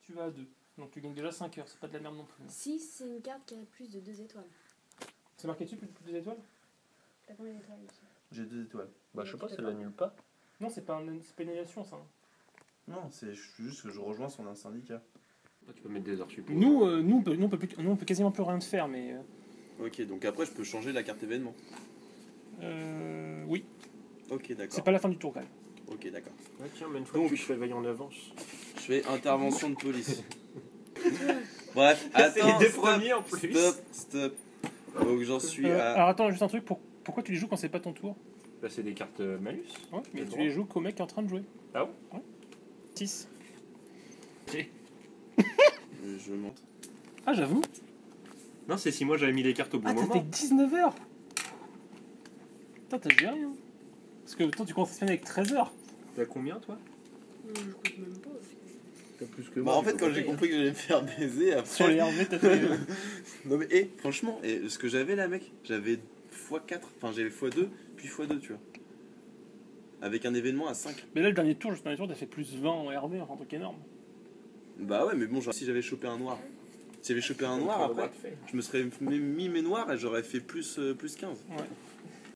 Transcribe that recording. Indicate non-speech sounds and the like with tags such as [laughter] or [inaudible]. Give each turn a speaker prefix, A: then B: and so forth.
A: tu vas à 2. Donc tu gagnes déjà 5 heures, c'est pas de la merde non plus.
B: 6, c'est une carte qui a plus de 2 étoiles.
A: C'est marqué dessus plus de deux étoiles
B: T'as combien d'étoiles ici
C: J'ai deux étoiles. Bah, je sais
B: Oui,
C: pas,
B: tu
C: ça
B: peux pas.
C: l'annule pas.
A: Non, c'est pas, un- c'est pas une annulation ça. hein.
C: Non, c'est juste que je rejoins son un syndicat.
D: Toi, Bah, tu peux mettre des heures supplémentaires.
A: Nous, euh, nous, on peut, nous, on peut plus- nous, on peut quasiment plus rien te faire, mais. euh,
E: Ok, donc après, je peux changer la carte événement.
A: Euh, oui,
E: Ok,
A: c'est
E: d'accord.
A: pas la fin du tour quand même.
E: Ok, d'accord.
D: Ah, tiens, mais une fois
E: Donc-
D: que tu te réveilles en avance.
E: Je fais intervention de police. [laughs] Bref, [laughs] attends.
D: les deux
E: stop,
D: premiers en plus.
E: Stop, stop. Donc j'en suis
A: Euh,
E: à.
A: Alors attends, juste un truc, pour- pourquoi tu les joues quand c'est pas ton tour
D: Bah, c'est des cartes euh, malus.
A: Ouais,
D: T'as
A: Mais
D: le
A: tu
D: droit.
A: les joues qu'au mec qui est en train de jouer.
D: Ah bon
A: Ouais. 6.
E: Euh, Je monte.
A: Ah, j'avoue
D: Non, c'est si moi j'avais mis les cartes au bon
A: Ah, t'as fait
D: moment.
A: 19h Putain, t'as géré, hein Parce que toi, tu commences la semaine avec 13h
D: T'as combien toi
B: Non, je compte même pas. parce que-
D: T'as plus que
E: Bah, en fait, quand j'ai compris que j'allais me faire baiser, après.
A: Sur les RV, t'as fait. euh,
E: Non mais eh, franchement, eh, ce que j'avais là mec, j'avais x4, enfin j'avais x2, puis x2 tu vois. Avec un événement à 5.
A: [laughs] Mais là, le dernier tour, juste le dernier tour, t'as fait plus 20 en RV, enfin, un truc énorme.
E: Bah ouais mais bon, genre, si j'avais chopé un noir, si j'avais chopé un noir après, je me serais mis mes noirs et j'aurais fait plus, euh, plus 15.
A: Ouais.